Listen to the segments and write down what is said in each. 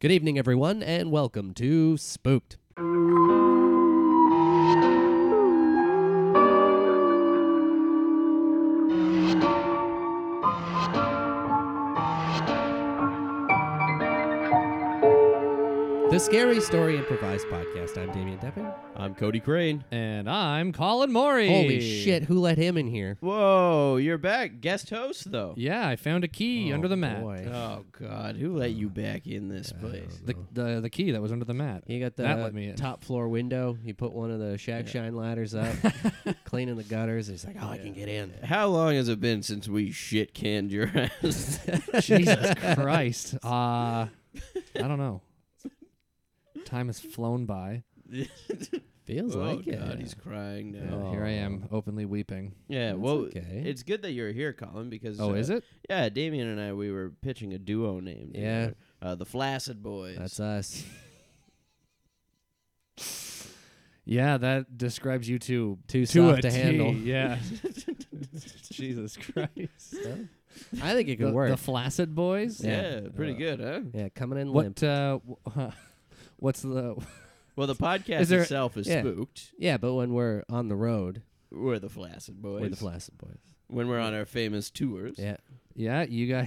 Good evening, everyone, and welcome to Spooked. The Scary Story Improvised Podcast. I'm Damien Deppin. I'm Cody Crane. And I'm Colin Maury. Holy shit, who let him in here? Whoa, you're back. Guest host, though. Yeah, I found a key Oh, under the mat. Uh, boy. Oh, God. Who let you back in this place? The, the the key that was under the mat. You got the That let me in. top floor window. You put one of the shack shine ladders up, cleaning the gutters. He's like, oh, I can get in. How long has it been since we shit canned your ass? Jesus Christ. Uh, I don't know. Time has flown by. Feels oh, like God. it. He's crying now. And Uh, here I am, openly weeping. Yeah, well, okay. it's good that you're here, Colin, because. Oh, uh, is it? Yeah, Damien and I, we were pitching a duo name. Yeah. together. Uh, the Flaccid Boys. That's us. Yeah, that describes you two. Too To soft a to T, handle. Yeah. Jesus Christ. I think it the, could work. the flaccid boys. yeah, Yeah. pretty Uh, good, huh? yeah, coming in limp. What? Uh, w- what's the? Well, the podcast Is there- itself is yeah. spooked. Yeah, but when we're on the road, We're the Flaccid Boys. we're the Flaccid Boys. when we're on our famous tours. Yeah. Yeah, you got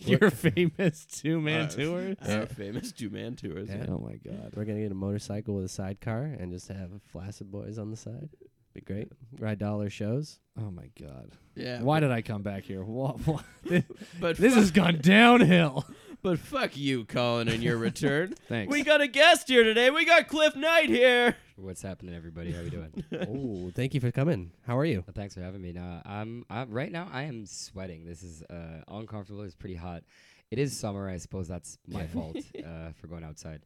your famous two man Our- tour. Uh, Our famous two man tours. Yeah. Oh my god. We're going to get a motorcycle with a sidecar and just have Flaccid Boys on the side. Be great. Ride dollar shows. Oh my god. Yeah. Why did I come back here? Wha- wha- But This fuck, has gone downhill. but fuck you, Colin, and your return. Thanks. we got a guest here today. We got Cliff Knight here. What's happening, everybody? How are we doing? Uh, oh, thank you for coming. How are you? Thanks for having me. Now, I'm, i right now. I am sweating. This is uh, uncomfortable. It's pretty hot. It is summer. I suppose that's my fault uh, for going outside.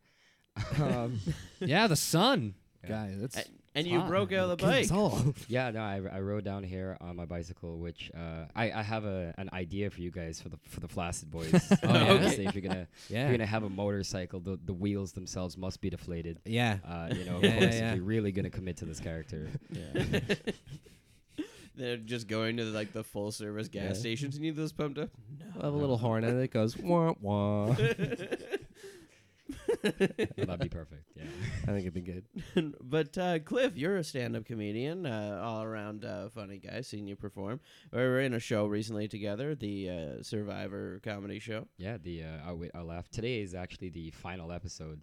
Um, yeah, the sun. Yeah. Guys, it's And, and you hot. broke out of the bike. That's all. yeah, no, I, I rode down here on my bicycle, which uh, I, I have a, an idea for you guys for the for the flaccid boys. Oh, yeah? Obviously, if you're gonna if Yeah. you're gonna have a motorcycle, the, the wheels themselves must be deflated. Yeah. Uh, you know, of Yeah, yeah, course, yeah. if you're really gonna commit to this character, They're just going to like the full service gas Yeah. stations. You need those pumped up. I have a little horn and it goes wah wah. I that'd be perfect. Yeah. think it'd be good. but uh, Cliff, you're a stand-up comedian, uh, all-around uh, funny guy. Seen you perform. We were in a show recently together, the uh, Survivor comedy show. Yeah, the uh, Outwit Our Laugh. Today is actually the final episode.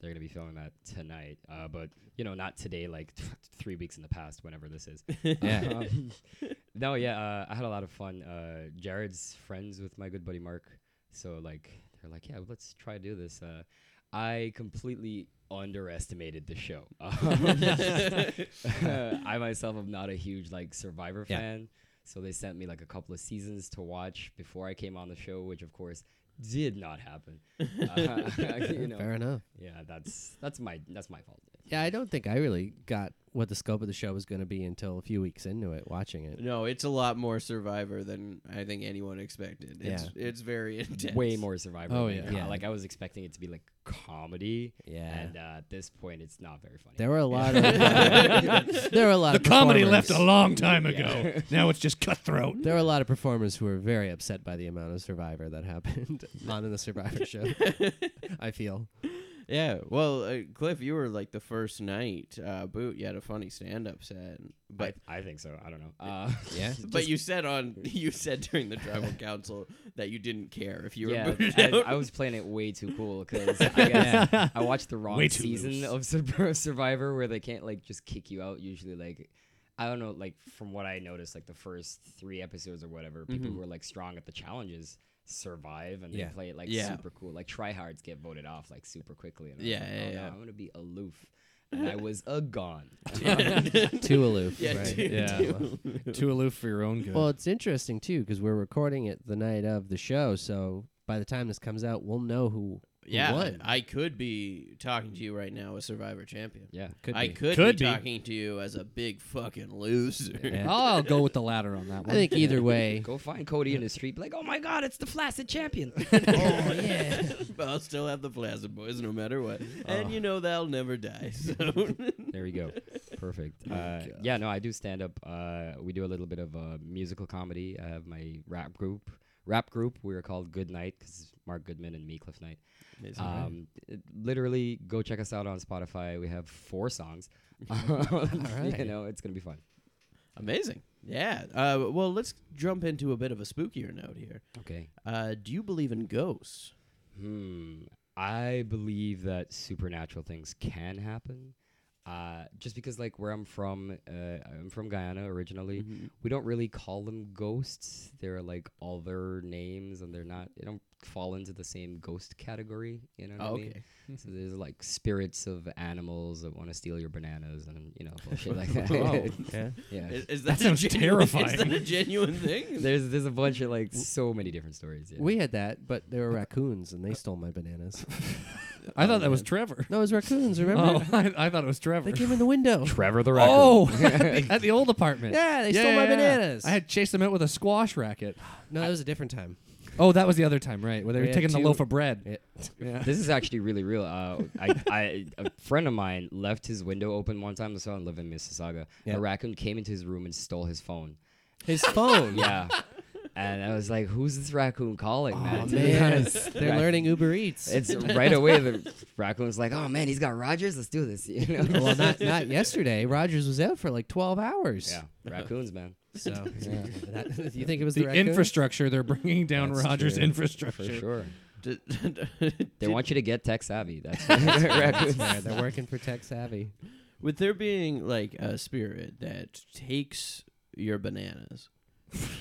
They're going to be filming that tonight. Uh, but, you know, not today, like th- three weeks in the past, whenever this is. Yeah. Um, no, yeah, uh, I had a lot of fun. Uh, Jared's friends with my good buddy Mark. So, like, they're like, yeah, let's try to do this. Uh, I completely underestimated the show. I myself am not a huge, like, Survivor Yeah. fan. So they sent me like a couple of seasons to watch before I came on the show, which of course did not happen. Uh, you know, Fair enough. yeah, that's that's my that's my fault. Yeah, I don't think I really got what the scope of the show was going to be until a few weeks into it, watching it. No, it's a lot more Survivor than I think anyone expected. It's it's very intense. Way more Survivor. Oh, than- yeah. uh, Yeah. like I was expecting it to be like comedy, Yeah. and uh, at this point, it's not very funny. There were a lot of there were a lot the of comedy performers- left a long time ago. Now it's just cutthroat. There were a lot of performers who were very upset by the amount of Survivor that happened on the Survivor show. I feel. Yeah, well, uh, Cliff, you were like the first night uh, boot. You had a funny stand-up set, I, but I think so. I don't know. Uh, Yeah. but you said on you said during the tribal council that you didn't care if you were yeah, booted I, out. I was playing it way too cool because I, guess I watched the wrong Way too season loose. of Sur- Survivor where they can't like just kick you out. Usually, like I don't know, like from what I noticed, like the first three episodes or whatever, people who are like strong at the challenges survive and Yeah. they play it like Yeah. super cool. Like tryhards get voted off like super quickly. And I was Yeah, like, yeah, "Oh, no, yeah. I'm gonna be aloof, and I was a gone. Too aloof. Yeah, right. too- Yeah. Too aloof for your own good. Well, it's interesting too because we're recording it the night of the show, so by the time this comes out, we'll know who, who yeah, won. I could be talking to you right now as Survivor champion. Yeah. Could I be. could, Could be, be. talking to you as a big fucking loser. Yeah. oh, I'll go with the latter on that I one. think either way. Go find Cody in the street, be like, oh my god, it's the flaccid champion. oh yeah. Oh. but I'll still have the Plaza Boys no matter what, and you know they'll never die. So There we go. Perfect. Uh, yeah, no, I do stand up. Uh, we do a little bit of uh, musical comedy. I have my rap group, rap group. We were called Good Night because Mark Goodman and me, Cliff Knight. Amazing. Uh, Um, it- literally, go check us out on Spotify. We have four songs. You right. know, it's gonna be fun. Amazing. Yeah. Uh, well, let's jump into a bit of a spookier note here. Okay. Uh, do you believe in ghosts? Hmm. I believe that supernatural things can happen. Uh, just because, like, where I'm from, uh, I'm from Guyana originally. Mm-hmm. We don't really call them ghosts. They're like other names, and they're not. They don't fall into the same ghost category. You know what Oh, I mean? okay. So there's like spirits of animals that want to steal your bananas and you know bullshit like Whoa. that. Yeah. yeah. Is, is That a sounds genuine- Is that a terrifying. genuine thing? there's there's a bunch of like so many different stories. Yeah. We had that, but they were raccoons Uh, and they stole my bananas. I thought that was Trevor. No, it was raccoons, Oh, remember? Oh, I, I thought it was Trevor. They came in the window. Trevor the oh, at, the, at the old apartment. Yeah, they stole my bananas. I had chased them out with a squash racket. no, that was a different time. Oh, that was the other time, right? Where they We were had taking the two- loaf of bread. Yeah. This is actually really real. Uh, I, I, a friend of mine left his window open one time. So I live in Mississauga. Yeah. A raccoon came into his room and stole his phone. His phone. Yeah. and I was like, "Who's this raccoon calling, man?" Oh, To be man. honest, They're rac- learning Uber Eats. It's right away. The raccoon's like, "Oh man, he's got Rogers. Let's do this." You know. well, not not yesterday. Rogers was out for like twelve hours. yeah, raccoons, man. So that, you think it was the, The raccoon? infrastructure they're bringing down That's Rogers' true. infrastructure. For sure. Did- They did- want you to get tech savvy. That's That's raccoons. fair. They're working for tech savvy. with there being like a spirit that takes your bananas,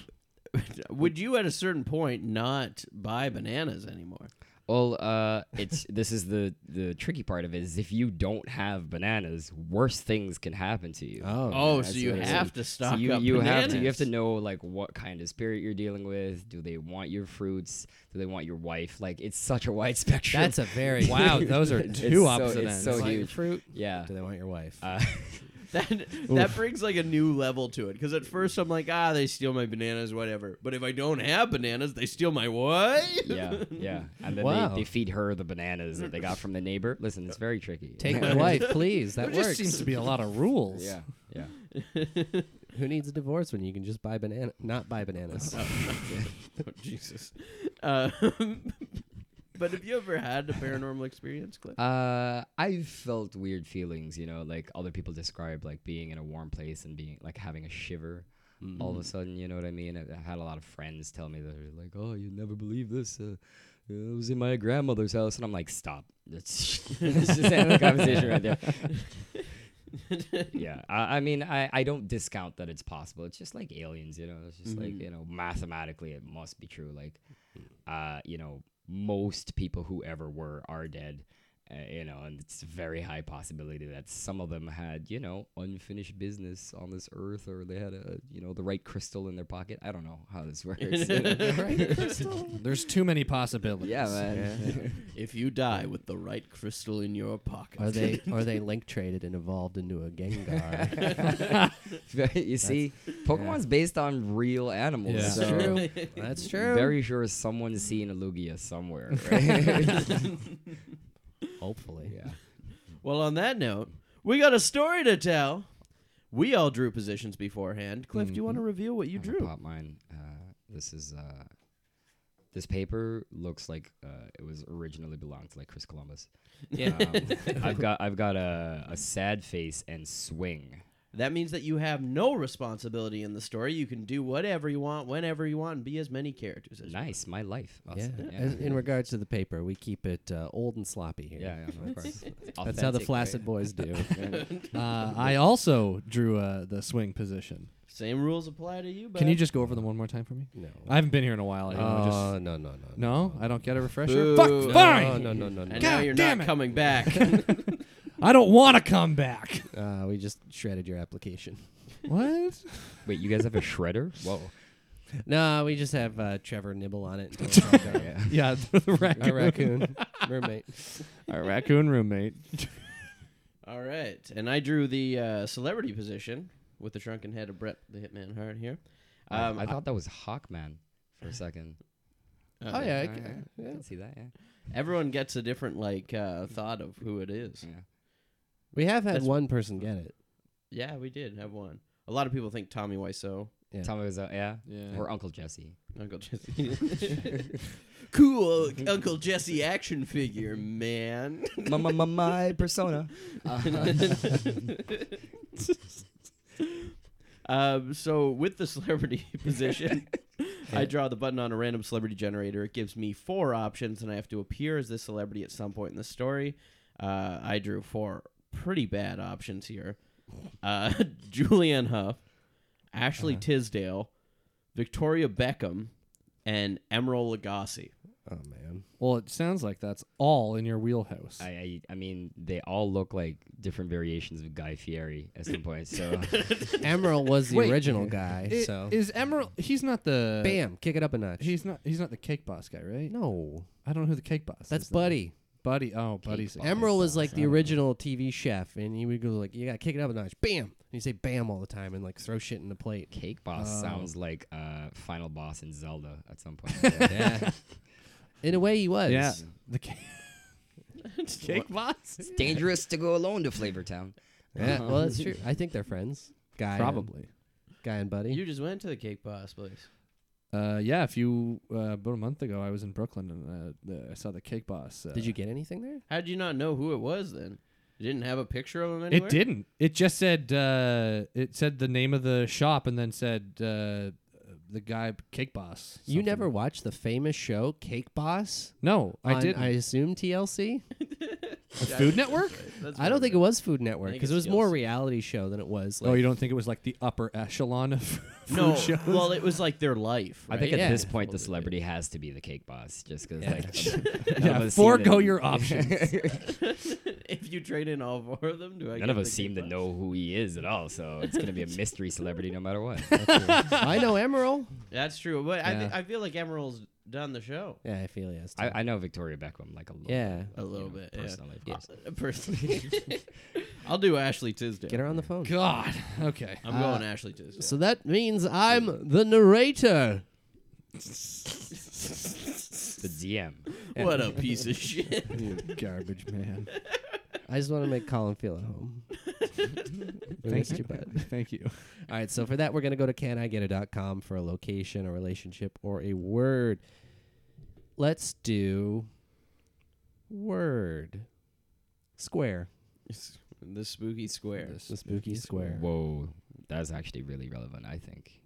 would you at a certain point not buy bananas anymore? Well, uh, it's this is the the tricky part of it is if you don't have bananas, worse things can happen to you. Oh, I so see you what you're have saying. to So stock you, up you bananas. have to you have to know like what kind of spirit you're dealing with. Do they want your fruits? Do they want your wife? Like it's such a wide spectrum. that's a very Wow, those are It's two so- opposite it's ends. so want your huge. fruit? yeah. Do they want your wife? Uh, That that brings like a new level to it because at first I'm like, ah, they steal my bananas, whatever. But if I don't have bananas, they steal my what? yeah, yeah, and then Wow. they, they feed her the bananas that they got from the neighbor. Listen, it's very tricky. Take my wife, please. That There works. just seems to be a lot of rules. Yeah, yeah. Who needs a divorce when you can just buy banana, not buy bananas? Oh, Jesus. Uh, but have you ever had a paranormal experience, Cliff? Uh, I've felt weird feelings, you know, like other people describe, like being in a warm place and being like having a shiver all of a sudden. You know what I mean? I've, I've had a lot of friends tell me they're like, "Oh, you never believe this." Uh, I was in my grandmother's house, and I'm like, "Stop! Let's let's just end the conversation right there." yeah, I, I mean, I, I don't discount that it's possible. It's just like aliens, you know. It's just like you know, mathematically, it must be true. Like, uh, you know, most people who ever were are dead. Uh, you know, and it's a very high possibility that some of them had, you know, unfinished business on this earth, or they had a, you know, the right crystal in their pocket. I don't know how this works. you know. There's too many possibilities. yeah, man. If you die with the right crystal in your pocket, Are they are they link traded and evolved into a Gengar? you see, Pokemon's based on real animals. Yeah. That's so true. That's true. Very sure someone's seen a Lugia somewhere, right? Hopefully. yeah. Well, on that note, we got a story to tell. We all drew positions beforehand. Cliff, do you Mm-hmm. want to reveal what you I'm gonna drew? Pop mine. Uh, this is uh, this paper looks like uh, it was originally belonged to like Chris Columbus. Yeah. Um, I've got I've got a, a sad face and swing. That means that you have no responsibility in the story. You can do whatever you want, whenever you want, and be as many characters as you want. Nice, my life. Yeah. Awesome. As- In regards to the paper, we keep it uh, old and sloppy here. yeah, yeah, no, of course. That's how the Authentic, flaccid boys do. Uh, I also drew uh, the swing position. Same rules apply to you, but Can you just go over them one more time for me? no. I haven't been here in a while. I Oh, wanna just- no, no, no. no, I don't get a Boo. refresher. No, Fuck, No, fine. no, no, no, no. and now God you're damn not it. coming back. I don't want to come back. Uh, we just shredded your application. what? right? Wait, you guys have a shredder? Whoa. No, we just have uh, Trevor nibble on it. until it's all gone. Yeah. Yeah, the Our raccoon. raccoon roommate. Our raccoon roommate. All right, and I drew the uh, celebrity position with the shrunken head of Brett the Hitman Hart here. Um, I, I thought that was Hawkman for a second. uh, Oh yeah, I Alright, c- alright. I yeah. can see that. Yeah. everyone gets a different like uh, thought of who it is. yeah. we have had That's- one person get it. Yeah, we did have one. A lot of people think Tommy Wiseau Yeah. Tommy was uh, yeah? Yeah. or Uncle Jesse. Uncle Jesse. cool Uncle Jesse action figure, man. my, my, my, my persona. Um, so with the celebrity position, I draw the button on a random celebrity generator. It gives me four options, and I have to appear as this celebrity at some point in the story. Uh, I drew four pretty bad options here: uh, Julianne Hough, Ashley Tisdale, Victoria Beckham, and Emeril Lagasse. Oh man. Well, it sounds like that's all in your wheelhouse. I, I I mean, they all look like different variations of Guy Fieri at some point. So Emerald was the Wait. original guy, I- so Uh, is Emerald? He's not the. bam, kick it up a notch. He's not. He's not the cake boss guy, right? no, I don't know who the cake boss. that's is then. Buddy. Buddy. Oh, Buddy's. Emerald was like I the don't know. original TV chef, and he would go like, "You gotta kick it up a notch, bam!" And you say "bam" all the time, and like throw shit in the plate. Cake Boss Oh. sounds like uh, final boss in Zelda at some point. Yeah. In a way, he was. Yeah. The cake. Cake boss. It's dangerous to go alone to Flavor Town. Yeah, Well, that's true. I think they're friends. Guy, probably Probably. guy and buddy. You just went to the cake boss place. Uh, yeah. If you uh, about a month ago, I was in Brooklyn and uh, the, I saw the cake boss. Uh, Did you get anything there? How did you not know who it was then? You didn't have a picture of him anywhere. It didn't. It just said. Uh, it said the name of the shop and then said uh, the guy cake boss. You something. never watched the famous show Cake Boss? No, I on, didn't. I assume TLC. Food Network. That's I don't think it was Food Network think because it it's was more TLC. reality show than it was. Like, oh, you don't think it was like the upper echelon of food no. shows? Well, it was like their life. I think Right? at Yeah. this point the celebrity has to be the Cake Boss, just because like none of yeah, us seem to- forego your options. if you trade in all four of them, do I? None get of the us seem cake to boss? know who he is at all, so it's gonna be a mystery celebrity no matter what. I know Emerald. That's true, but I, th- Yeah. I feel like Emerald's done the show Yeah, I feel yes. I, I know Victoria Beckham like a little, yeah, a little know, bit. personal life yeah. goes. Uh, personally, I'll do Ashley Tisdale. get her on the phone. God. Okay. I'm Uh, going Ashley Tisdale. So that means I'm the narrator. the DM. what a piece of shit! You garbage man. I just want to make Colin feel at home. We Thank missed you. you, bud. Thank you. All right, so for that, we're going to go to canigetit.com for a location, a relationship, or a word. Let's do word. Square. the spooky square. The spooky square. Whoa, that's actually really relevant. I think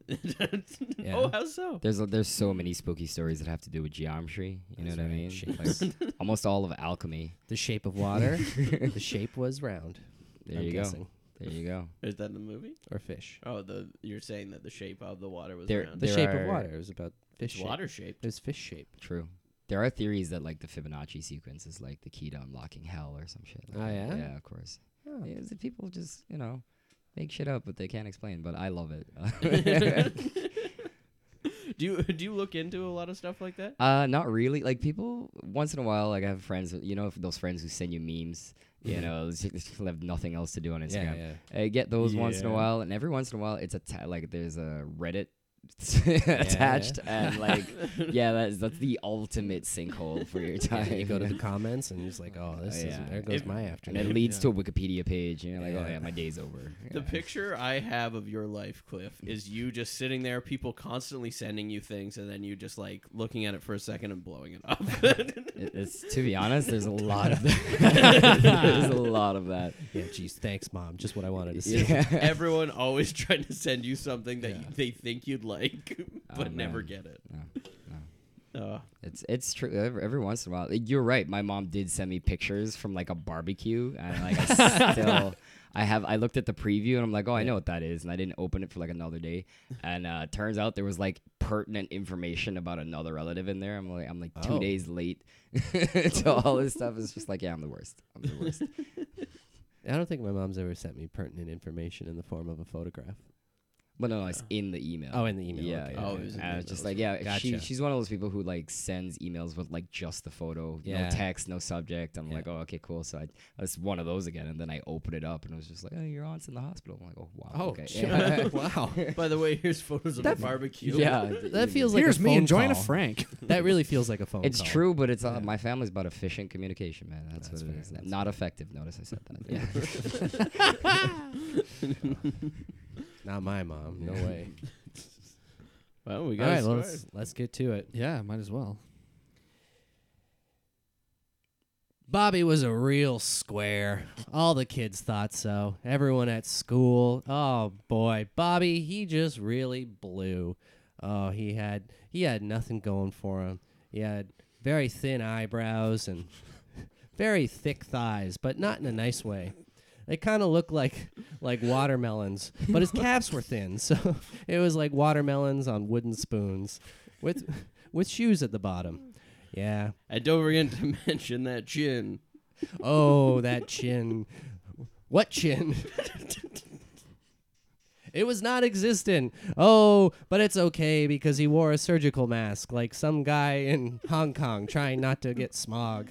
Yeah. Oh, how so? there's uh, there's so many spooky stories that have to do with geometry. You know That's what I right, mean? shapes. Like, almost all of alchemy. The shape of water. the shape was round. There I'm you guessing. go. There you go. Is that in the movie? Or fish. Oh, the you're saying that the shape of the water was There- round. The There shape of are- water. It was about fish It's shape. water shaped. It was fish shape. True. There are theories that like the Fibonacci sequence is like the key to unlocking hell or some shit. like Oh, that. yeah? Yeah, of course. Yeah, it's that people just you know make shit up, but they can't explain. But I love it. Do you do you look into a lot of stuff like that? uh, not really. Like people once in a while, like I have friends. You know those friends who send you memes. Mm-hmm. You know, it's just- they have nothing else to do on Instagram. yeah. I get those once in a Yeah. while, and every once in a while, it's atta- like there's a Reddit attached, and like yeah, that's that's the ultimate sinkhole for your Yeah, time. you go to the comments and you're just like, oh, this yeah. is there goes It- my and it afternoon. leads to a Wikipedia page, and you're like, Yeah. oh yeah, my day's over. The Yeah. picture I have of your life, Cliff, is you just sitting there, people constantly sending you things, and then you just like looking at it for a second and blowing it up. It- It's to be honest, there's a lot of that. there's a lot of that. yeah, geez, thanks, mom. Just what I wanted to see. Yeah. Everyone always trying to send you something that Yeah. you- they think you'd like, but Oh, never man. get it. No, no. Uh, It's it's true. Every, every once in a while, you're right. My mom did send me pictures from like a barbecue, and like I still, I have. I looked at the preview, and I'm like, oh, I know what that is, and I didn't open it for like another day. And uh, turns out there was like pertinent information about another relative in there. I'm like, I'm like two Oh. days late to all this stuff. It's just like, yeah, I'm the worst. I'm the worst. I don't think my mom's ever sent me pertinent information in the form of a photograph. But no, it's in the email. Oh, in the email. Yeah, okay. yeah. Oh, it was in And I the email. was just like, yeah, she, Gotcha. she's one of those people who like sends emails with like just the photo, Yeah. no text, no subject. I'm Yeah. like, oh, okay, cool. So I, I was one of those again, and then I opened it up and it was just like, oh, your aunt's in the hospital. I'm like, oh wow, okay, yeah. wow. by the way, here's photos of a barbecue. yeah, That feels like Here's a me phone enjoying call. a Frank. That really feels like a phone It's call. true, but it's uh, my family's about efficient communication, man. That's, Oh, That's what it fair, is. that's Not effective. Notice I said that. Yeah. Not my mom. No way. Well, we All got right, it let's let's get to it. Yeah, might as well. Bobby was a real square. All the kids thought so. Everyone at school. Oh boy, Bobby, he just really blew. Oh, he had he had nothing going for him. He had very thin eyebrows and very thick thighs, but not in a nice way. They kind of looked like like watermelons, but his calves were thin, so it was like watermelons on wooden spoons with with shoes at the bottom. Yeah, And don't forget to mention that chin. Oh, that chin. What chin? it was non existent. Oh, but it's okay because he wore a surgical mask like some guy in Hong Kong trying not to get smog.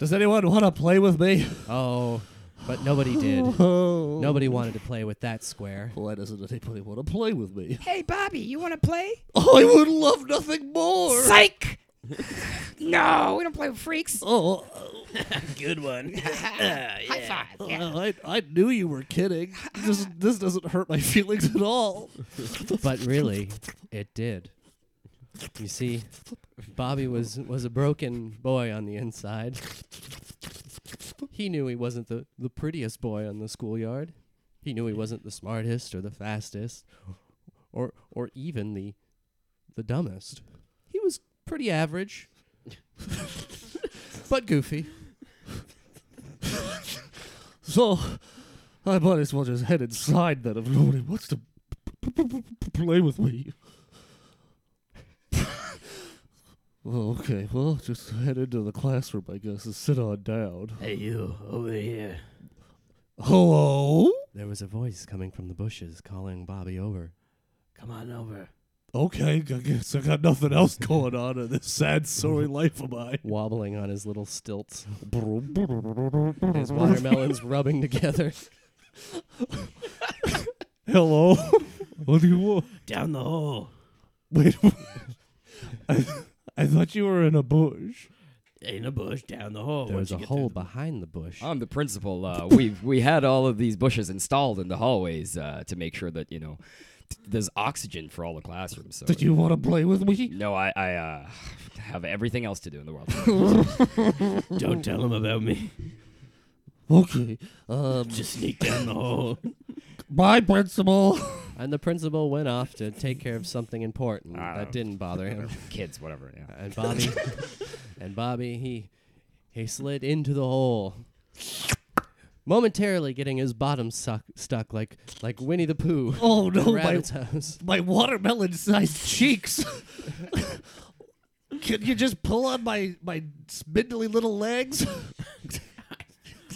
Does anyone want to play with me? Oh, but nobody did. Oh. Nobody wanted to play with that square. Why doesn't anybody want to play with me? Hey, Bobby, you want to play? I would love nothing more. Psych! no, we don't play with freaks. Oh, Good one. High five. Yeah. uh, I, I knew you were kidding. This this doesn't hurt my feelings at all. But really, it did. You see, Bobby was was a broken boy on the inside. He knew he wasn't the, the prettiest boy on the schoolyard. He knew he wasn't the smartest or the fastest or or even the the dumbest. He was pretty average. but goofy. So I might as well just head inside then if nobody wants to p- p- p- p- play with me. well, okay, well, just head into the classroom, I guess, and sit on down. Hey, you over here. Hello? There was a voice coming from the bushes calling Bobby over. Come on over. Okay, I guess I got nothing else going on in this sad, sorry life of mine. wobbling on his little stilts. his watermelons rubbing together. Hello? what do you want? Down the hole. Wait, I, I thought you were in a bush. In a bush, down the hole. There Once was Oh, you a get through hole the- behind the bush. I'm the principal. Uh, we've we had all of these bushes installed in the hallways uh, to make sure that you know th- there's oxygen for all the classrooms. So Did you want to play with me? No, I I uh, have everything else to do in the world. Don't tell him about me. Okay. Um, Just sneak down the hole. bye, principal. And the principal went off to take care of something important Ah. that didn't bother him. Kids, whatever. Yeah. And Bobby and Bobby he he slid into the hole. Momentarily getting his bottom suck, stuck like like Winnie the Pooh. Oh in no, my Rabbit's house. my watermelon-sized cheeks. Can you just pull on my my spindly little legs?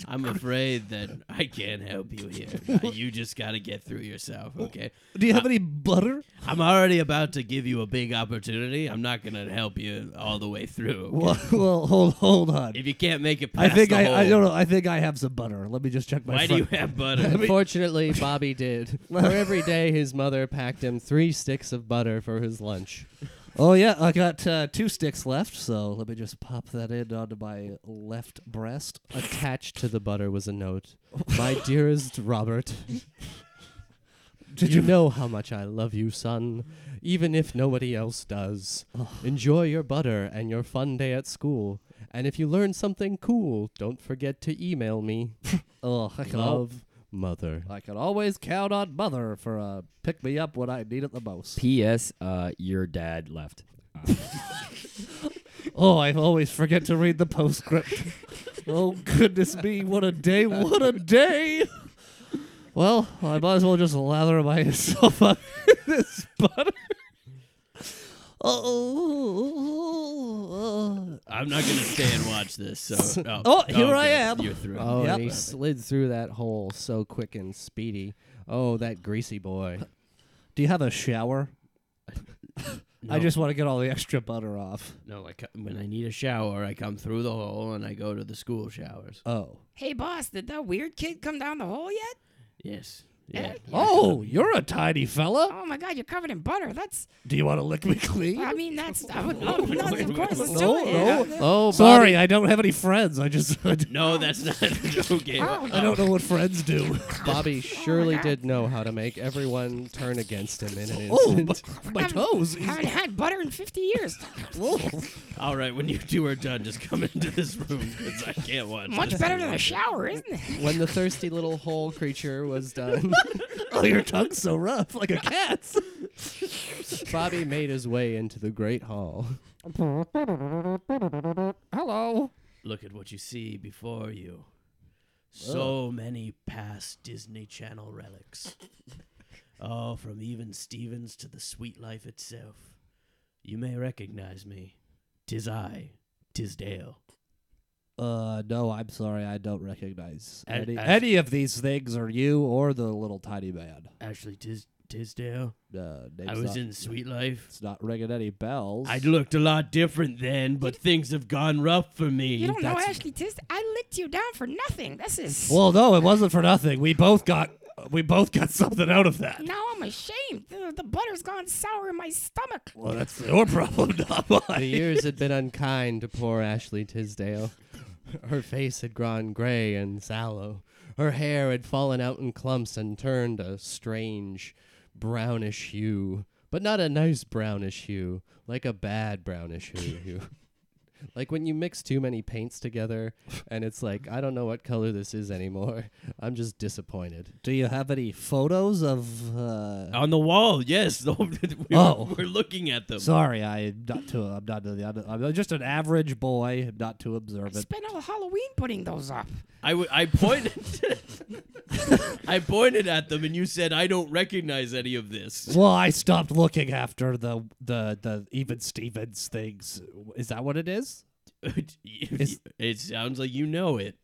I'm afraid that I can't help you here. Uh, you just got to get through yourself, okay? Do you have any butter? I'm already about to give you a big opportunity. I'm not going to help you all the way through. okay? Well, well hold hold on. If you can't make it I past think the hole, I, I don't know. I think I have some butter. Let me just check my. Why do you front- have butter? Unfortunately, Bobby did. For every day, his mother packed him three sticks of butter for his lunch. Oh yeah, I got uh, two sticks left, so let me just pop that in onto my left breast. Attached to the butter was a note. My dearest Robert, Did you you? know how much I love you, son, even if nobody else does. Enjoy your butter and your fun day at school. And if you learn something cool, don't forget to email me. Oh, I can, al- Love, mother. I can always count on mother for uh, pick me up when I need it the most. P.S. Uh, your dad left. Uh, Oh, I always forget to read the postscript. oh, goodness me, what a day, what a day! Well, I might as well just lather myself up in this butter. Oh, I'm not going to stay and watch this. So, oh, Oh, here I okay, am. You're through. Oh, and he Yep. slid through that hole so quick and speedy. Oh, that greasy boy. do you have a shower? I No. just want to get all the extra butter off. No, I co- when I need a shower, I come through the hole and I go to the school showers. Oh, Hey, boss, did that weird kid come down the hole yet? Yes. Yeah. Oh, you're a tiny fella. Oh my God, you're covered in butter. That's. Do you want to lick me clean? I mean, that's. I would. I would nuts, of course, let's No, do it. no. Yeah. Oh, Bobby. Sorry, I don't have any friends. I just I don't- No, that's not okay. Oh, I don't know what friends do. Bobby surely God. did know how to make everyone turn against him in an Oh, instant. my, my haven't- toes. Haven't had butter in 50 years. Whoa. All right, when you two are done, just come into this room because I can't watch. Much this better than a anymore. shower, isn't it? When the thirsty little hole creature was done, Oh, your tongue's so rough, like a cat's. Bobby made his way into the great hall. Hello. Look at what you see before you. So Oh. many past Disney Channel relics. oh, from even Stevens to the sweet life itself. You may recognize me. Tis I, Tisdale. Uh, no, I'm sorry, I don't recognize Ad- any, Ad- any of these things, or you, or the little tiny man. Ashley Tis- Tisdale. Uh, I name's was not- in Sweet Life. It's not ringing any bells. I looked a lot different then, but things have gone rough for me. You don't know That's- Ashley Tisdale. I licked you down for nothing. This is. Well, no, it wasn't for nothing. We both got we both got something out of that. now I'm ashamed. The, the butter's gone sour in my stomach. Well, that's your problem, not The mine. years had been unkind to poor Ashley Tisdale. Her face had grown gray and sallow. Her hair had fallen out in clumps and turned a strange brownish hue, but not a nice brownish hue, like a bad brownish hue. hue. like when you mix too many paints together and it's like, I don't know what color this is anymore. I'm just disappointed. Do you have any photos of? Uh, On the wall, yes. the- we Oh. We're looking at them. Sorry, I'm not too. I'm not. I'm just an average boy. I'm not too observant. Spent all Halloween putting those up. I, w- I pointed I pointed at them and you said I don't recognize any of this. Well, I stopped looking after the the the even Stevens things. Is that what it is? it it sounds like you know it.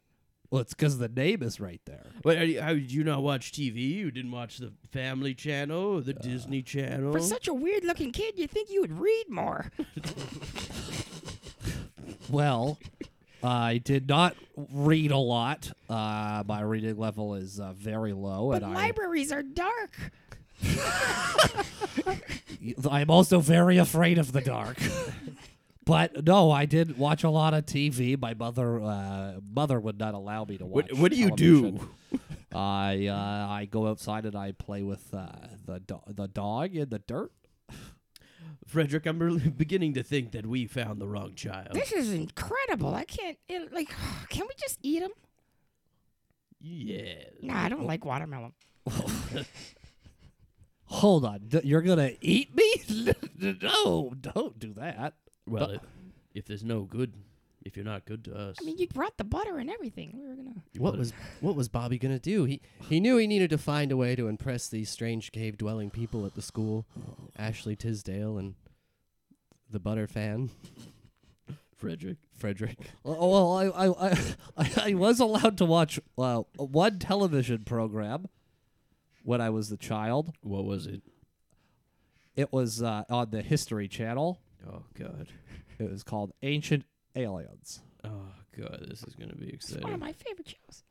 Well, it's because the name is right there. What, are you, how did you not watch TV? You didn't watch the Family Channel or the Disney Channel? Uh, For such a weird looking kid, you'd think you would read more. Well, I did not read a lot. Uh, my reading level is uh, very low, But and libraries are dark. I I'm also very afraid of the dark. but no, I did watch a lot of TV. My mother uh, mother would not allow me to watch. what, what do you television. do? I uh, I go outside and I play with uh, the do- the dog in the dirt. Frederick, I'm really beginning to think that we found the wrong child. This is incredible. I can't. It, like, can we just eat them? yeah. Nah, I don't like watermelon. Hold on, d- you're gonna eat me? no, don't do that. Well, if, if there's no good, if you're not good to us. I mean, you brought the butter and everything. We were gonna. What was what was Bobby gonna do? He he knew he needed to find a way to impress these strange cave dwelling people at the school, Ashley Tisdale and the butter fan Frederick. Frederick. Oh, well, I, I, I- I, I was allowed to watch uh, one television program when I was a child. What was it? It was uh, on the History Channel. Oh, God. It was called Ancient Aliens. Oh, God. This is going to be It's one of exciting. my favorite shows.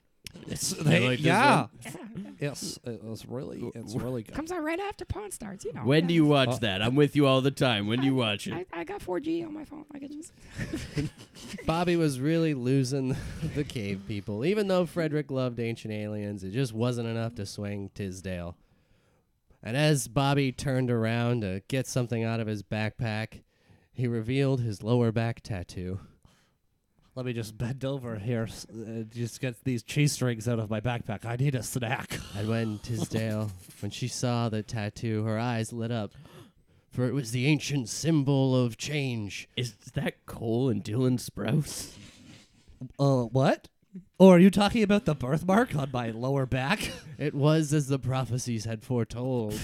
It's You they, like this yeah, Yeah. yes, it was really, it's w- really good. Comes out right after Pawn Stars, you know. When do you watch Uh, that? I'm with you all the time. When do you watch it? I, I got 4G on my phone. I can just. Bobby was really losing the cave people. Even though Frederick loved ancient aliens, it just wasn't enough to swing Tisdale. And as Bobby turned around to get something out of his backpack, he revealed his lower back tattoo. Let me just bend over here, s- uh, just get these cheese strings out of my backpack. I need a snack. And when Tisdale, when she saw the tattoo, her eyes lit up, for it was the ancient symbol of change. Is that Cole and Dylan Sprouse? Uh, what? Oh, are you talking about the birthmark on my lower back? It was as the prophecies had foretold.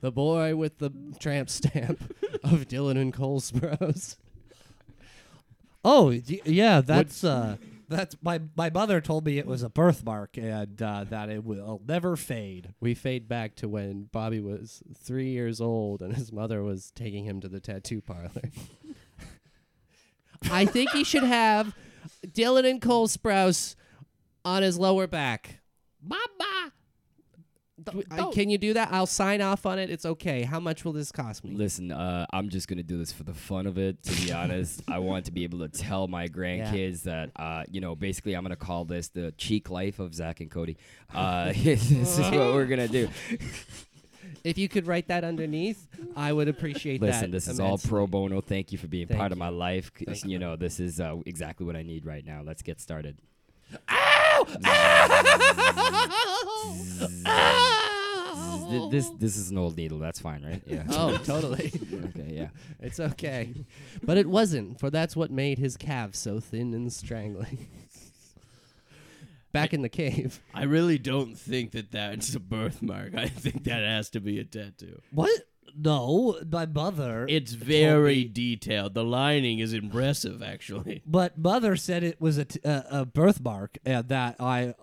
the boy with the tramp stamp of Dylan and Cole Sprouse. Oh, y- yeah, that's uh, that's my my mother told me it was a birthmark and uh, that it will never fade. We fade back to when Bobby was three years old and his mother was taking him to the tattoo parlor. I think he should have Dylan and Cole Sprouse on his lower back. Mama! D- I- don't- uh, can you do that? I'll sign off on it. It's okay. How much will this cost me? Listen, uh, I'm just gonna do this for the fun of it. To be honest, I want to be able to tell my grandkids that, uh, you know, basically, I'm gonna call this the cheek life of Zach and Cody. Uh, this is what we're gonna do. If you could write that underneath, I would appreciate that. Listen, this is all pro immensely. bono. Thank you for being Thank part of my life. 'cause, you know, this is uh, exactly what I need right now. Let's get started. Zzz, th- This this is an old needle. That's fine, right? Yeah. Oh, totally. okay. Yeah. It's okay. But it wasn't, for that's what made his calves so thin and strangling. Back in the cave. I really don't think that that's a birthmark. I think that has to be a tattoo. What? No, my mother. It's very detailed. The lining is impressive, actually. but mother said it was a, t- a, a birthmark and that I,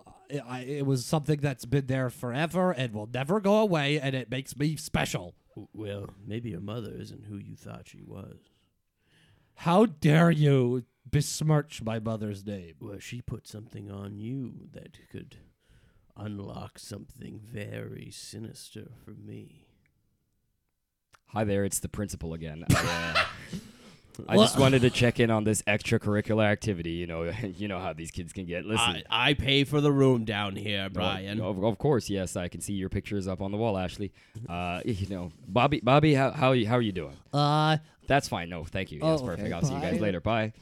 I it was something that's been there forever and will never go away and it makes me special. Well, maybe your mother isn't who you thought she was. How dare you besmirch my mother's name? Well, she put something on you that could unlock something very sinister for me. Hi there, it's the principal again. I, uh, I just wanted to check in on this extracurricular activity. You know, you know how these kids can get. Listen, I, I pay for the room down here, Well, Brian. Of, of course, yes. I can see your pictures up on the wall, Ashley. Uh, you know, Bobby, Bobby, how how you, how are you doing? Uh That's fine. No, thank you. That's Oh, perfect. okay. I'll see you guys Bye. later. Bye.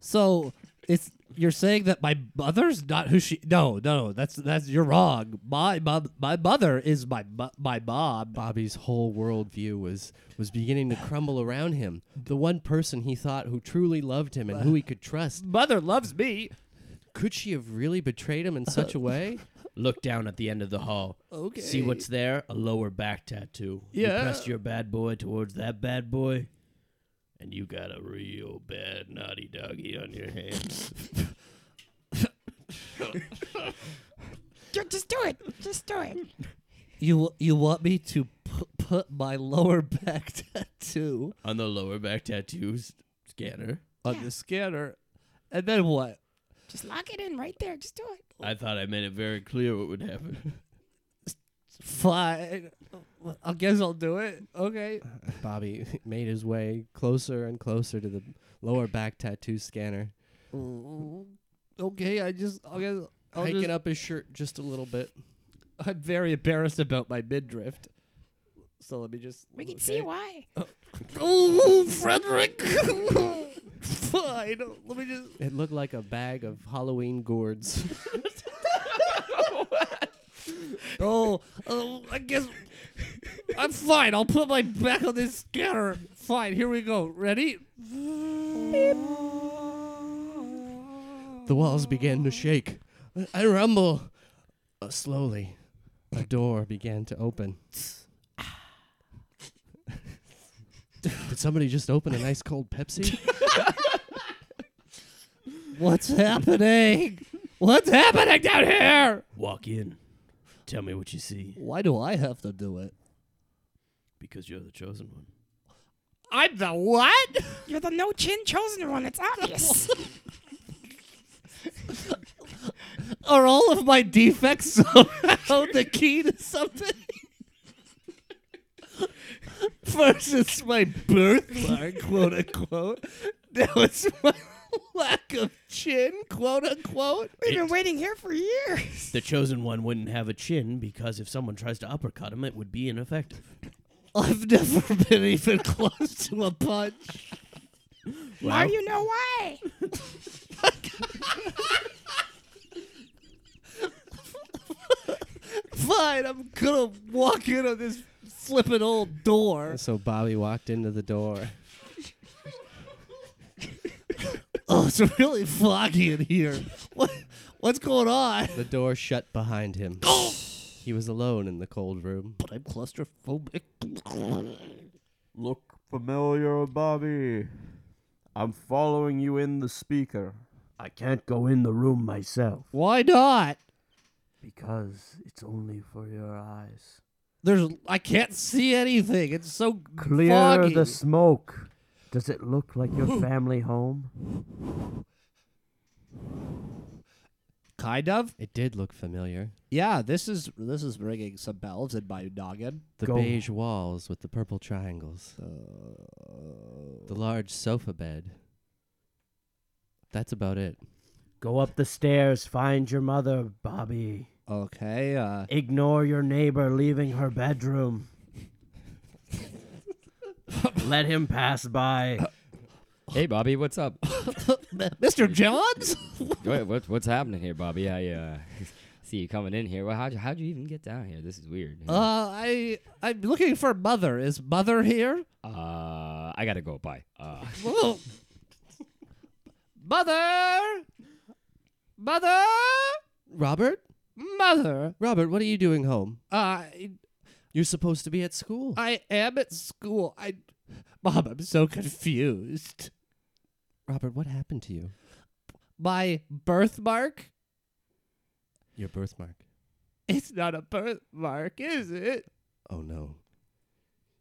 so it's you're saying that my mother's not who she No, no, Oh, that's that's you're wrong. My mom, my mother is my mo- my mom. Bobby's whole worldview was was beginning to crumble around him. The one person he thought who truly loved him and who he could trust. Mother loves me. Could she have really betrayed him in such a way? Look down at the end of the hall. Uh, Okay. See what's there? A lower back tattoo. You Yeah. pressed your bad boy towards that bad boy, and you got a real bad naughty doggy on your hands. Ju- Just do it. Just do it. You you want me to pu- put my lower back tattoo on the lower back tattoos scanner. on the scanner, and then what? Just lock it in right there. Just do it. I thought I made it very clear what would happen. Fine. I guess I'll do it. Okay. Bobby made his way closer and closer to the lower back tattoo scanner, Mm-hmm. Okay. I just I guess I'll hiking just, up his shirt just a little bit. I'm very embarrassed about my midriff. So let me just. We can see why. Oh, Frederick. Fine. Let me just. It looked like a bag of Halloween gourds. Oh, oh, I guess I'm fine. I'll put my back on this scanner. Fine. Here we go. Ready? The walls began to shake and rumble. Uh, slowly, a door began to open. Did somebody just open an ice cold Pepsi? What's happening? What's happening down here? Walk in. Tell me what you see, Why do I have to do it? because you're the chosen one. I'm the what? You're the no chin chosen one. It's obvious. Are all of my defects somehow the key to something? First, it's my birthmark, quote unquote. Now it's my lack of chin, quote unquote. We've been waiting here for years. The chosen one wouldn't have a chin because if someone tries to uppercut him, it would be ineffective. I've never been even close to a punch. Now you know why. Fine, I'm gonna walk in on this flippin' old door. so Bobby walked into the door. Oh, it's really foggy in here. What, what's going on? The door shut behind him. he was alone in the cold room. But I'm claustrophobic. Look familiar, Bobby. I'm following you in the speaker. I can't go in the room myself Why not? because it's only for your eyes. There's I can't see anything. It's so Clear foggy. the smoke. Does it look like your family home? kind of. It did look familiar. Yeah, this is this is ringing some bells in my noggin. The Go- beige walls with the purple triangles. Uh, the large sofa bed. That's about it. Go up the stairs, find your mother, Bobby. Okay, uh, Ignore your neighbor leaving her bedroom. Let him pass by. Oh. Hey, Bobby, what's up? Mr. Johns. what, what, what's happening here, Bobby? I uh, see you coming in here. Well, how'd you, how'd you even get down here? This is weird. uh, I I'm looking for mother. Is mother here? Uh, I gotta go. Bye. Uh, Whoa. mother, mother, Robert? mother. Uh, Robert, what are you doing home? I You're supposed to be at school. I am at school. I, Mom, I'm so confused. Robert, what happened to you? My birthmark. Your birthmark. It's not a birthmark, is it? Oh no.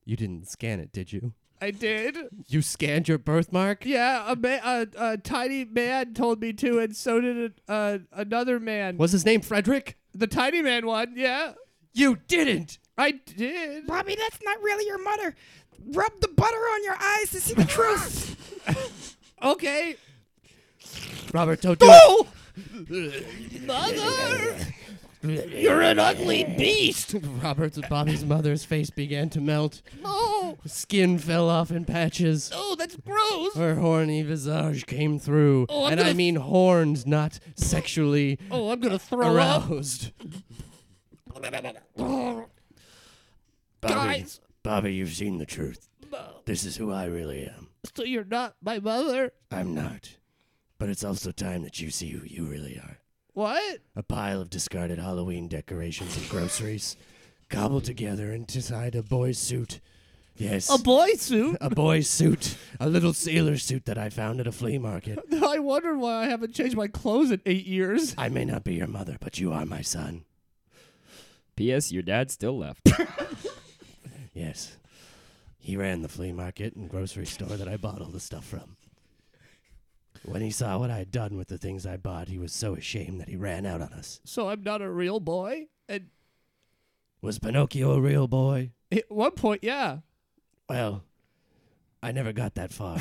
You didn't scan it, did you? I did. You scanned your birthmark? Yeah, a, ma- a, a tiny man told me to, and so did a, uh, another man. Was his name Frederick? The tiny man one, yeah. You didn't! I did. Bobby, that's not really your mother. Rub the butter on your eyes to see the truth. Okay. Robert, don't do it! Mother! You're an ugly beast! Robert's Bobby's mother's face began to melt. Oh, Skin fell off in patches. oh, that's gross! Her horny visage came through. Oh, I'm and gonna I f- mean horns, not sexually Oh, I'm gonna throw up. aroused. Guys, Bobby, you've seen the truth. This is who I really am. so you're not my mother? I'm not. But it's also time that you see who you really are. What? A pile of discarded Halloween decorations and groceries cobbled together inside a boy's suit. Yes. A boy suit? a boy's suit. A little sailor suit that I found at a flea market. I wonder why I haven't changed my clothes in eight years. I may not be your mother, but you are my son. P.S. Your dad still left. Yes. He ran the flea market and grocery store that I bought all the stuff from. When he saw what I had done with the things I bought, he was so ashamed that he ran out on us. So I'm not a real boy? And Was Pinocchio a real boy? at one point, yeah. Well, I never got that far.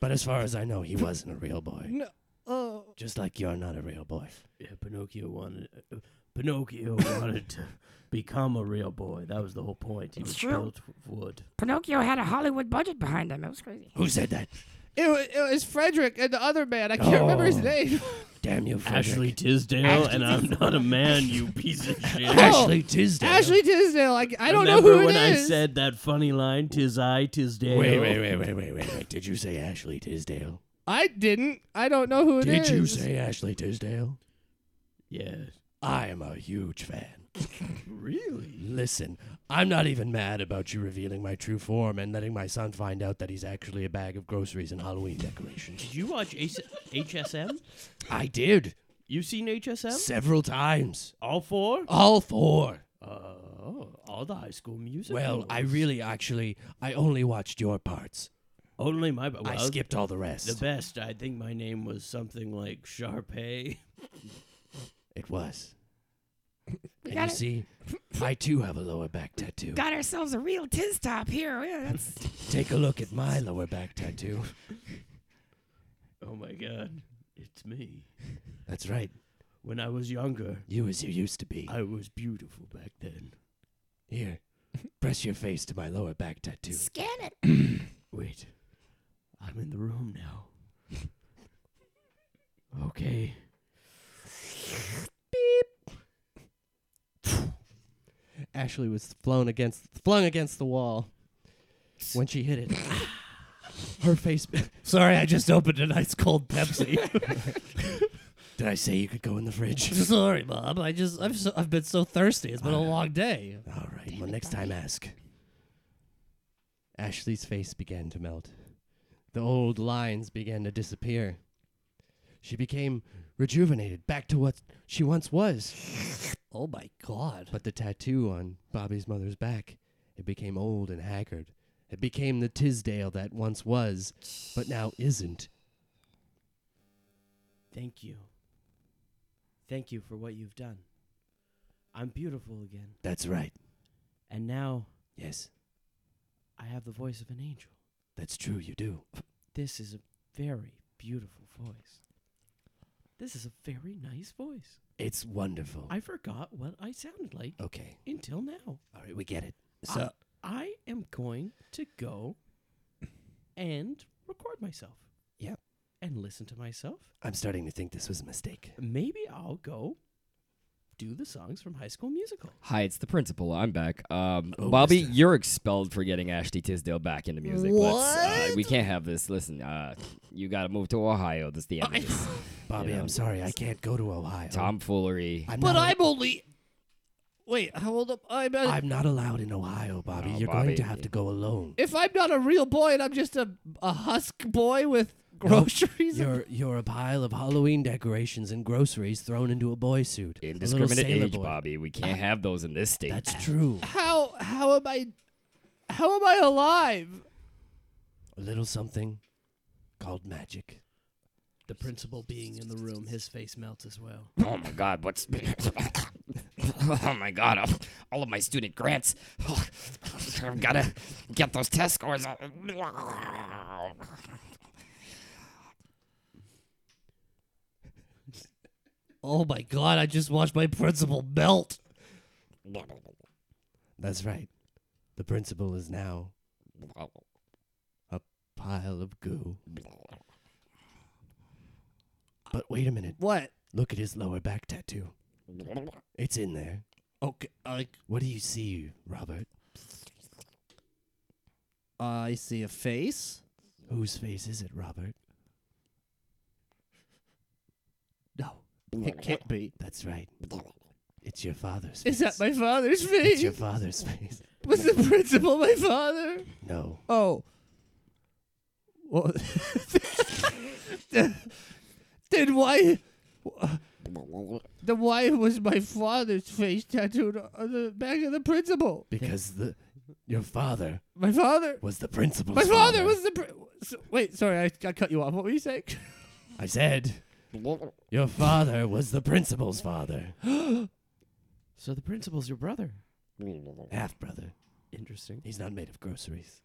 but as far as I know, he wasn't a real boy. No. Oh. Just like you're not a real boy. Yeah, Pinocchio wanted. Uh, Pinocchio wanted to become a real boy. That was the whole point. He It's was true. built of wood. Pinocchio had a Hollywood budget behind him. It was crazy. Who said that? It was, it was Frederick and the other man. I can't remember his Oh. name. Damn you, Frederick. Ashley Tisdale, and I'm not a man, you piece of shit. Ashley Tisdale. Ashley Tisdale. Like Oh, I don't Remember know who when it I is. said that funny line, "Tis I, tis Dale"? Wait, wait, wait, wait, wait, wait, wait. Did you say Ashley Tisdale? I didn't. I don't know who it Did is. you say Ashley Tisdale? Yeah. I am a huge fan. Really? Listen, I'm not even mad about you revealing my true form and letting my son find out that he's actually a bag of groceries and Halloween decorations. Did you watch Ace- HSM? I did You seen Oh. HSM? several times. All four? All four. Oh, all the High School Music. Well, I really actually I only watched your parts. only my. Well, I skipped all the the rest. best. I think my name was something like Sharpay. It was. And you got it. see, I too have a lower back tattoo. Got ourselves a real tiz top here. Yeah, that's Take a look at my lower back tattoo. Oh my God, it's me. That's right. When I was younger, You as you used to be. I was beautiful back then. Here. Press your face to my lower back tattoo. scan it. Wait, I'm in the room now. okay. Ashley was flown against flung against the wall when she hit it. Her face. Sorry, I just opened a nice cold Pepsi. Did I say you could go in the fridge? Sorry, Bob. I just I've so, I've been so thirsty. It's been a long day. All right. well, next time ask. Ashley's face began to melt. The old lines began to disappear. She became rejuvenated, back to what she once was. Oh my god. But the tattoo on Bobby's mother's back, it became old and haggard. It became the Tisdale that once was, but now isn't. Thank you. Thank you for what you've done. I'm beautiful again. That's right. And now Yes, I have the voice of an angel. that's true. You do. This is a very beautiful voice. This is a very nice voice. It's wonderful. I forgot what I sounded like okay. until now. All right, we get it. I- So, I am going to go and record myself. Yep. And listen to myself. I'm starting to think this was a mistake. Maybe I'll go do the songs from High School Musical. Hi, it's the principal. I'm back. Um, Oh, Bobby, mister. you're expelled for getting Ashley Tisdale back into music. Let's, uh, we can't have this. Listen, uh, you got to move to Ohio. This is the end. of this. Bobby, You know. I'm sorry. I can't go to Ohio. Tomfoolery. I'm But not, I'm only. Wait, how old am I? I'm, I'm not allowed in Ohio, Bobby. Oh, You're going Bobby. to have to go alone. if I'm not a real boy and I'm just a, a husk boy with groceries, and- You're you're a pile of Halloween decorations and groceries thrown into a boy suit. A little Indiscriminate sailor age, boy. Bobby. We can't have those in this state. That's true. how how am I? How am I alive? A little something called magic. The principal being in the room, his face melts as well. oh my God! What's? oh my God! all- All of my student grants. I've got to get those test scores. up. Oh my god! I just watched my principal melt. That's right. The principal is now pile of goo. But wait a minute. What? Look at his lower back tattoo. It's in there. Okay, I What do you see, Robert? I see a face. Whose face is it, Robert? No, it can't be. That's right. It's your father's face. Is that my father's It's face? your father's face. Was the principal my father? No. Oh. Well, then why? Then why was my father's face tattooed on the back of the principal? Because the your father My father. was the principal's My father was the. Pri- so, wait, sorry, I, I cut you off. What were you saying? I said your father was the principal's father. So the principal's your brother. Half brother. Interesting. He's not made of groceries.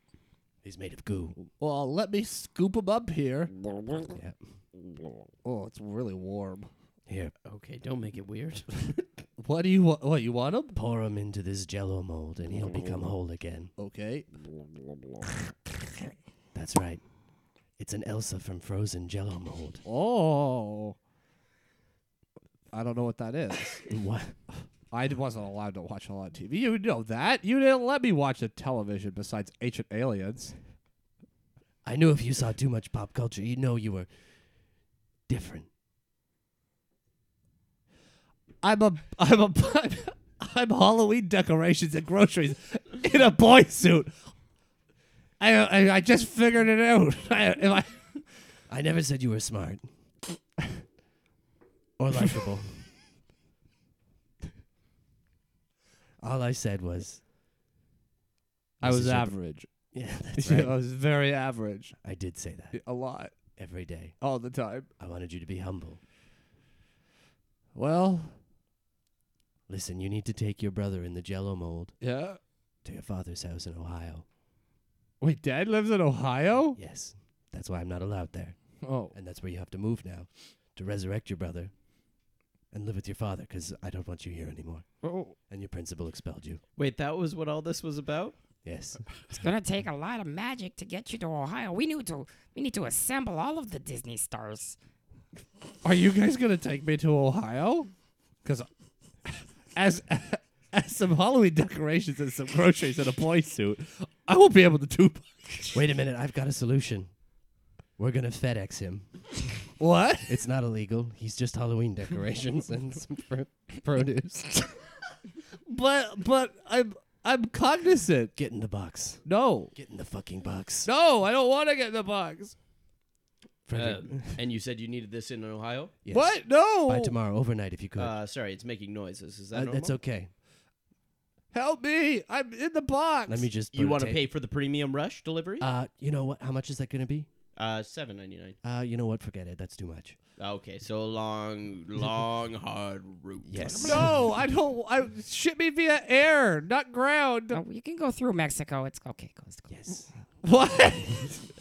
He's made of goo. Well, let me scoop him up here. Yeah. Oh, it's really warm. Here, Okay, don't make it weird. What do you want? What you want him? pour him into this jello mold and he'll become whole again. Okay. That's right. It's an Elsa from Frozen jello mold. Oh. I don't know what that is. What? I d- wasn't allowed to watch a lot of TV. You know that. You didn't let me watch the television besides Ancient Aliens. I knew if you saw too much pop culture, you'd know you were different. I'm a I'm a I'm Halloween decorations and groceries in a boy suit. I I, I just figured it out. I, am I, I never said you were smart or likable. All I said was, I This was is your- average. yeah, that's I right. was very average. I did say that A lot. every day. All the time. I wanted you to be humble. Well, Listen, you need to take your brother in the jello mold yeah. to your father's house in Ohio. Wait, Dad lives in Ohio? Yes, that's why I'm not allowed there. Oh. And that's where you have to move now to resurrect your brother and live with your father because I don't want you here anymore. oh. And your principal expelled you. Wait, that was what all this was about? Yes. It's gonna take a lot of magic to get you to Ohio. We need to we need to assemble all of the Disney stars. Are you guys gonna take me to Ohio? Because as as some Halloween decorations and some groceries and a boy suit, I won't be able to do. Wait a minute, I've got a solution. We're going to FedEx him. What? It's not illegal. He's just Halloween decorations and some pr- produce. But but I'm I'm cognizant. Get in the box. No, Get in the fucking box. no, I don't want to get in the box. Frederick, Uh, and you said you needed this in Ohio? yes. What? No. By tomorrow, overnight, if you could. Oh. Uh, sorry, it's making noises. Is that Uh, normal? that's okay. Help me! I'm in the box. Let me just. You want want to pay for the premium rush delivery? Uh, you know what? How much is that going to be? Uh, seven ninety nine. Uh, you know what? Forget it. That's too much. Okay, so a long, long, hard route. Yes. No, I don't. I ship me via air, not ground. No, Oh, you can go through Mexico. It's okay. Go, go. Yes. What?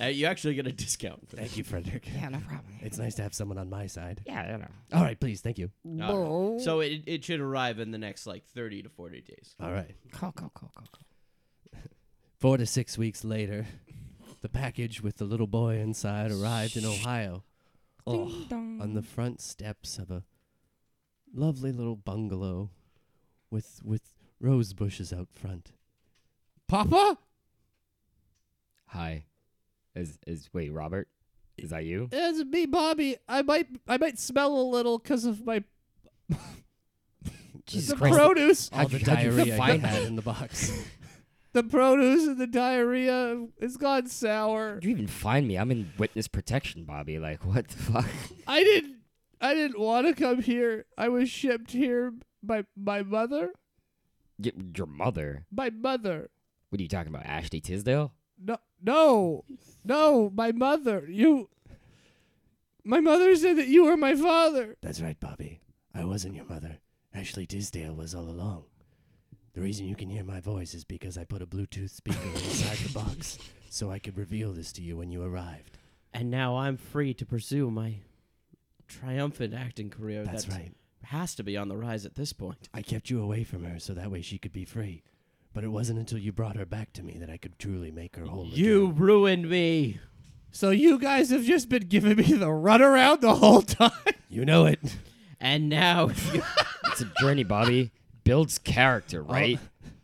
Uh, you actually get a discount. For Thank you, Frederick. Yeah, no problem. It's nice to have someone on my side. Yeah, you know. All right, please. Thank you. that. Uh, So it, it should arrive in the next like thirty to forty days. All right. Go, go, go, go, go. Four to six weeks later, the package with the little boy inside arrived in Ohio. Oh, Ding dong. on the front steps of a lovely little bungalow with with rose bushes out front. Papa? Hi. Is is wait, Robert? Is that you? It's me, Bobby. I might I might smell a little because of my Jesus the produce. All the diarrhea I had in the box. The produce and the diarrhea has gone sour. Did you even find me? I'm in witness protection, Bobby. Like what the fuck? I didn't I didn't want to come here. I was shipped here by my mother. Y- Your mother? My mother. What are you talking about, Ashley Tisdale? No, no, no. My mother. You. My mother said that you were my father. That's right, Bobby. I wasn't your mother. Ashley Tisdale was all along. The reason you can hear my voice is because I put a Bluetooth speaker inside the box so I could reveal this to you when you arrived. And now I'm free to pursue my triumphant acting career. That's right. Has to be on the rise at this point. I kept you away from her so that way she could be free. But it wasn't until you brought her back to me that I could truly make her whole. You again. ruined me. So you guys have just been giving me the runaround the whole time. you know it. And now It's a journey, Bobby. Builds character, right?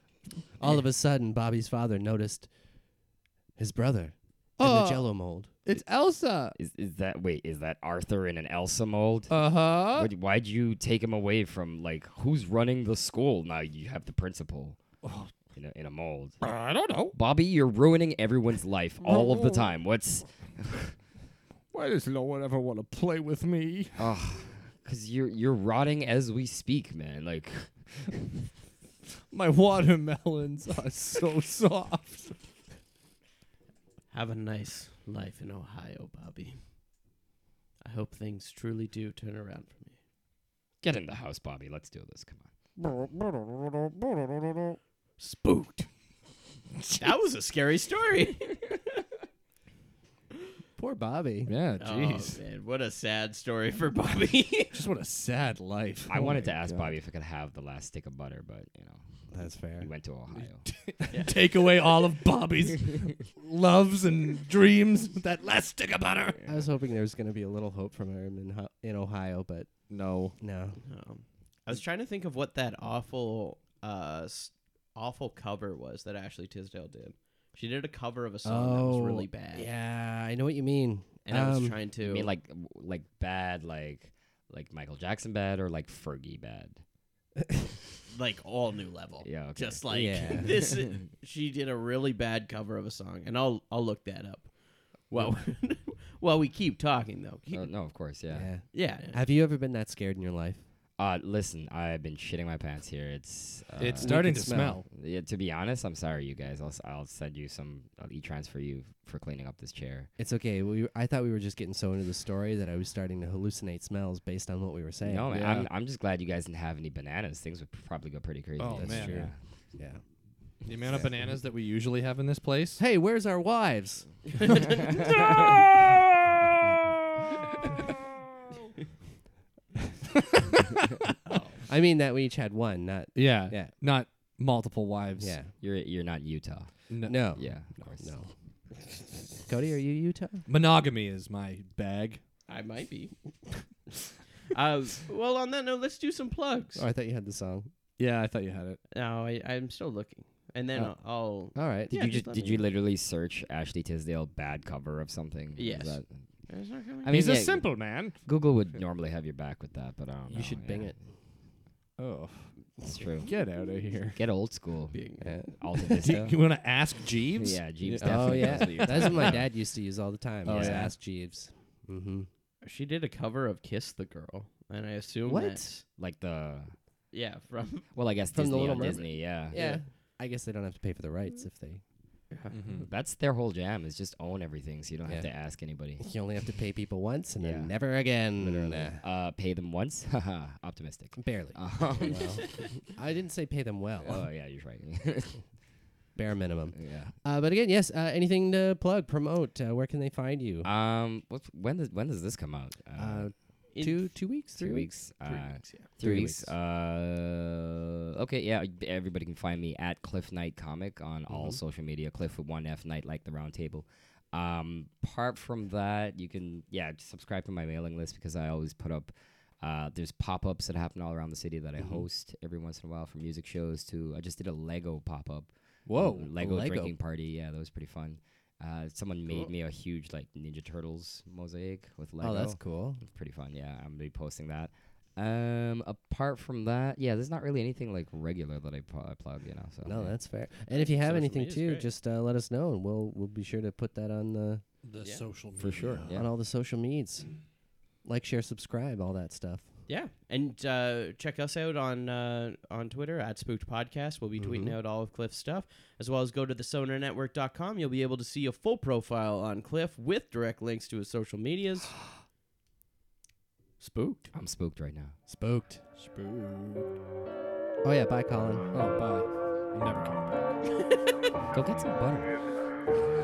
All of a sudden, Bobby's father noticed his brother in Oh. the Jello mold. It's Elsa. Is, is that wait? Is that Arthur in an Elsa mold? Uh huh. What- why'd you take him away from like who's running the school now? You have the principal Oh. in a, in a mold. I don't know. Bobby, you're ruining everyone's life all of the Oh. time. What's Why does no one ever want to play with me? because you're you're rotting as we speak, man. Like My watermelons are so soft. have a nice life in Ohio, Bobby. I hope things truly do turn around for me. get in the house, Bobby. Let's do this. Come on. Spooked. that was a scary story. Poor Bobby. Yeah, Oh man, what a sad story for Bobby. Just what a sad life. Oh I wanted to ask Bobby if I could have the last stick of butter, but you know, That's fair. he went to Ohio. Take away all of Bobby's loves and dreams with that last stick of butter. I was hoping there was going to be a little hope from him in, Ho- in Ohio, but No. no. Um, I was trying to think of what that awful, uh, s- awful cover was that Ashley Tisdale did. She did a cover of a song that was really bad. Oh, Yeah, I know what you mean. And I was Um, trying to. I mean, like w- like bad, like like Michael Jackson bad or like Fergie bad. like all new level. Yeah, okay. Just like Yeah. this, i- she did a really bad cover of a song, and I'll I'll look that up. Well, while we keep talking though. Keep- Oh, no, of course, yeah. Yeah. Uh, yeah. Have you ever been that scared in your life? Uh, listen, I've been shitting my pants here. It's uh, It's We starting can to smell. smell. yeah, to be honest, I'm sorry, you guys. I'll s- I'll send you some. I'll e-transfer you for cleaning up this chair. It's okay. We I thought we were just getting so into the story that I was starting to hallucinate smells based on what we were saying. no, man, yeah. I'm I'm just glad you guys didn't have any bananas. Things would probably go pretty crazy. Oh, That's man. true. Yeah. The amount of bananas that we usually have in this place. Hey, where's our wives? I mean that we each had one, not Yeah. Yeah. Not multiple wives. yeah. You're you're not Utah. No. Oh, No. Yeah, of course. No. Cody, are you Utah? Monogamy is my bag. I might be. uh, well, on that note, let's do some plugs. Oh, I thought you had the song. Yeah, I thought you had it. No, I, I'm still looking, and then Oh. I'll. All right. Did Yeah, you just just let did me you literally search Ashley Tisdale bad cover of something? Is Yes. that- It's not coming. I mean, yeah, man. Google would normally have your back with that, but I don't know. You should bing it. Oh, It's true. get out of here. Get old school. Being- Yeah. Alta Vista. want to ask Jeeves? yeah, Jeeves Oh definitely yeah. knows what you're That's what talking my about. dad used to use all the time. Oh, Oh, yeah. yeah. Ask Jeeves. Mm-hmm. She did a cover of "Kiss the Girl," and I assume What? that's- Like the yeah, from well, I guess From The Disney Little on Mermaid. Disney. Yeah. Yeah. I guess they don't have to pay for the rights if they Mm-hmm. That's their whole jam is just own everything, so you don't Yeah. have to ask anybody. You only have to pay people once and Yeah. then never again. Literally, uh, pay them once. Haha, optimistic. Barely. Um, Oh, well, I didn't say pay them well. oh yeah, you're right. bare minimum. yeah. Uh, but again, yes. Uh, anything to plug, promote? Uh, where can they find you? Um. What, when does when does this come out? Uh, Uh, In two two weeks, three three weeks. weeks. three uh, weeks, yeah. Three Three weeks. Uh, okay, yeah. y- Everybody can find me at Cliff Knight Comic on Mm-hmm. all social media. Cliff with one F, Knight like the round table. Um, apart from that, you can yeah just subscribe to my mailing list because I always put up. Uh, there's pop-ups that happen all around the city that I Mm-hmm. host every once in a while, from music shows to I just did a Lego pop-up. Whoa, Uh, Lego, Lego. drinking party. Yeah, that was pretty fun. Uh, someone made me a huge like Ninja Turtles mosaic with Lego. Oh, that's cool. It's pretty fun. Yeah, I'm gonna be posting that. Um, apart from that, yeah, there's not really anything like regular that I, pu- I plug, you know. So No, yeah. that's fair. And if you have Social anything media's too, great. just uh, let us know, and we'll we'll be sure to put that on the The Yeah. social media. for sure. Yeah. on all the social medias. Like, share, subscribe, all that stuff. Yeah, and uh, check us out on uh, on Twitter at Spooked Podcast. We'll be tweeting out all of Cliff's stuff, as well as go to the SonarNetwork.com. You'll be able to see a full profile on Cliff with direct links to his social medias. Spooked. I'm spooked right now. Spooked. Oh yeah, bye, Colin. Oh, bye. I'm never coming back. Go get some butter.